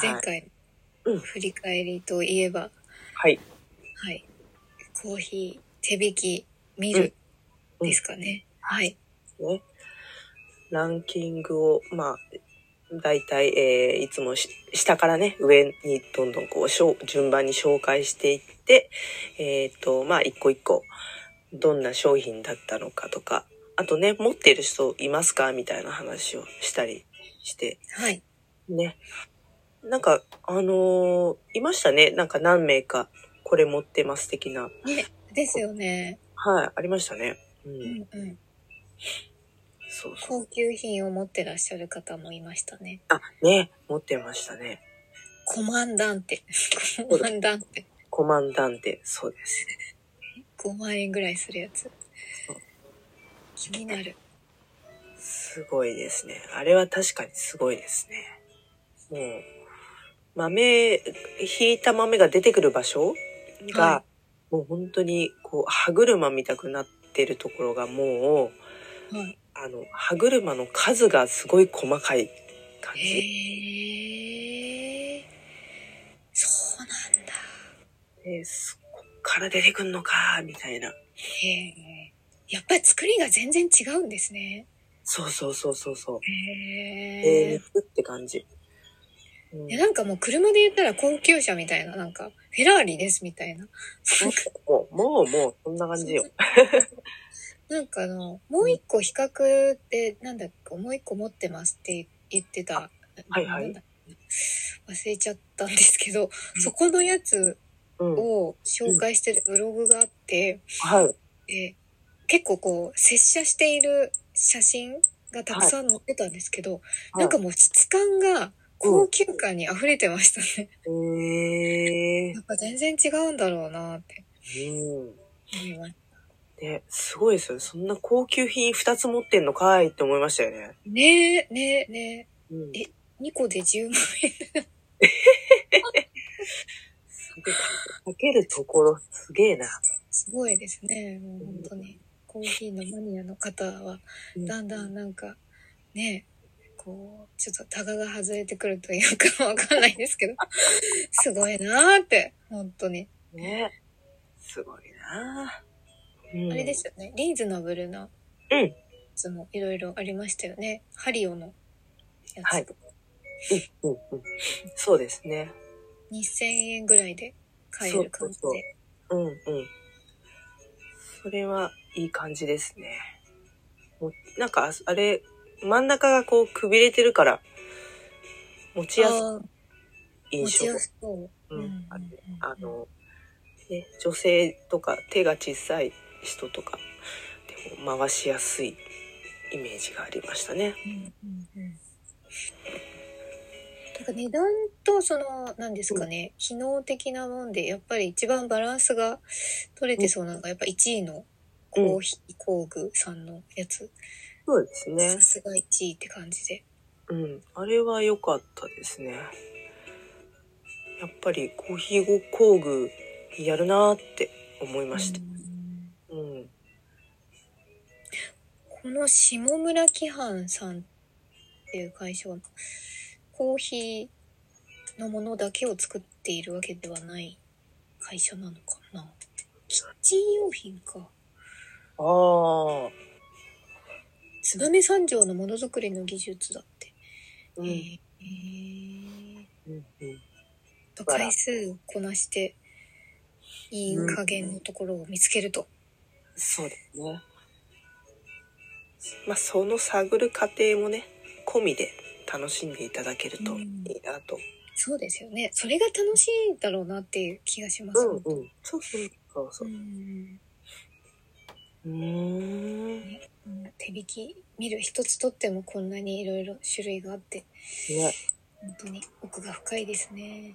前回うん振り返りといえば、はい、はい。コーヒー、手引き、見る、うんうんですかね。はい。ね。ランキングを、まあ、大体、えーいつもし下からね、上にどんどんこう、しょう順番に紹介していって、えっ、と、まあ、一個一個、どんな商品だったのかとか、あとね、持ってる人いますかみたいな話をしたりして、はい。ね。なんか、あのーいましたね。なんか何名か、これ持ってます的な。ね、ですよね。はい、ありましたね。うん。うんうん。そうそう。高級品を持ってらっしゃる方もいましたね。あ、ね、持ってましたね。コマンダンテ。コうだマンダンテ。コマンダンテ、そうです。 5万円ぐらいするやつそう。気になる。すごいですね。あれは確かにすごいですね。もう、豆、引いた豆が出てくる場所が、はもう本当に、こう、歯車みたくなってるところがもう、はい。あの、歯車の数がすごい細かい感じ。へえ。そうなんだ。でそこから出てくんのか、みたいな。へえ。やっぱり作りが全然違うんですね。そうそうそうそうそう。へええー、。肉って感じ。うんいやなんかもう車で言ったら高級車みたいな、なんか、フェラーリですみたいな。もう、もう、もう、そんな感じよ。なんかあの、もう一個比較って、なんだっけ、もう一個持ってますって言ってた。はいはいなんだっけな忘れちゃったんですけど、そこのやつうん。はい。を紹介してるブログがあって、で結構こう、接写している写真がたくさん載ってたんですけど、はいなんかもう質感が高級感に溢れてましたね。ええやっぱ全然違うんだろうなってうん。思います。ね、すごいですよね。そんな高級品2つ持ってんのかいって思いましたよね。ねえ、ねえ、ねうん。ええ。2個で10万円。すごいかけるところすげえな。すごいですね。もう本当に。コーヒーのマニアの方は、だんだんなんか、ね、こう、ちょっとタガが外れてくるというか わかんないですけど、すごいなーって、本当に。ね。すごいな、うんあれで。すよね、リーズナブルな、うんいつもいろいろありましたよね。ハリオのやつ。はいうんうん。そうですね。 2000円ぐらいで買える感じそうそうで。うんうん。それはいい感じですね。もうなんか、ああれ、真ん中がこうくびれてるから、持ちやすあーい持印ち象やすそう。ううんん、あってうんあの、ね、女性とか手が小さい人とかでも回しやすいイメージがありましたね。うんうんうんなんか値段とその何ですかね、機能的なもんでやっぱり一番バランスが取れてそうなのがやっぱ1位のコーヒー工具さんのやつそうですさね。すが1位って感じでうん。あれは良かったですね。やっぱりコーヒー工具やるなーって思いました。うんうん。この下村喜範さんっていう会社はコーヒーのものだけを作っているわけではない会社なのかなキッチン用品か。ああ。燕三条のものづくりの技術だって。うえん。ーえーうんうんと回数をこなして、いい加減のところを見つけると。そうですね。まあ、その探る過程もね、込みで楽しんでいただけるといいなとそうですよね。それが楽しいんだろうなっていう気がします。うんうん。そうそうそうそうう。んうーん。ね。うん手引き見る一つとってもこんなにいろいろ種類があって、本当に奥が深いですね。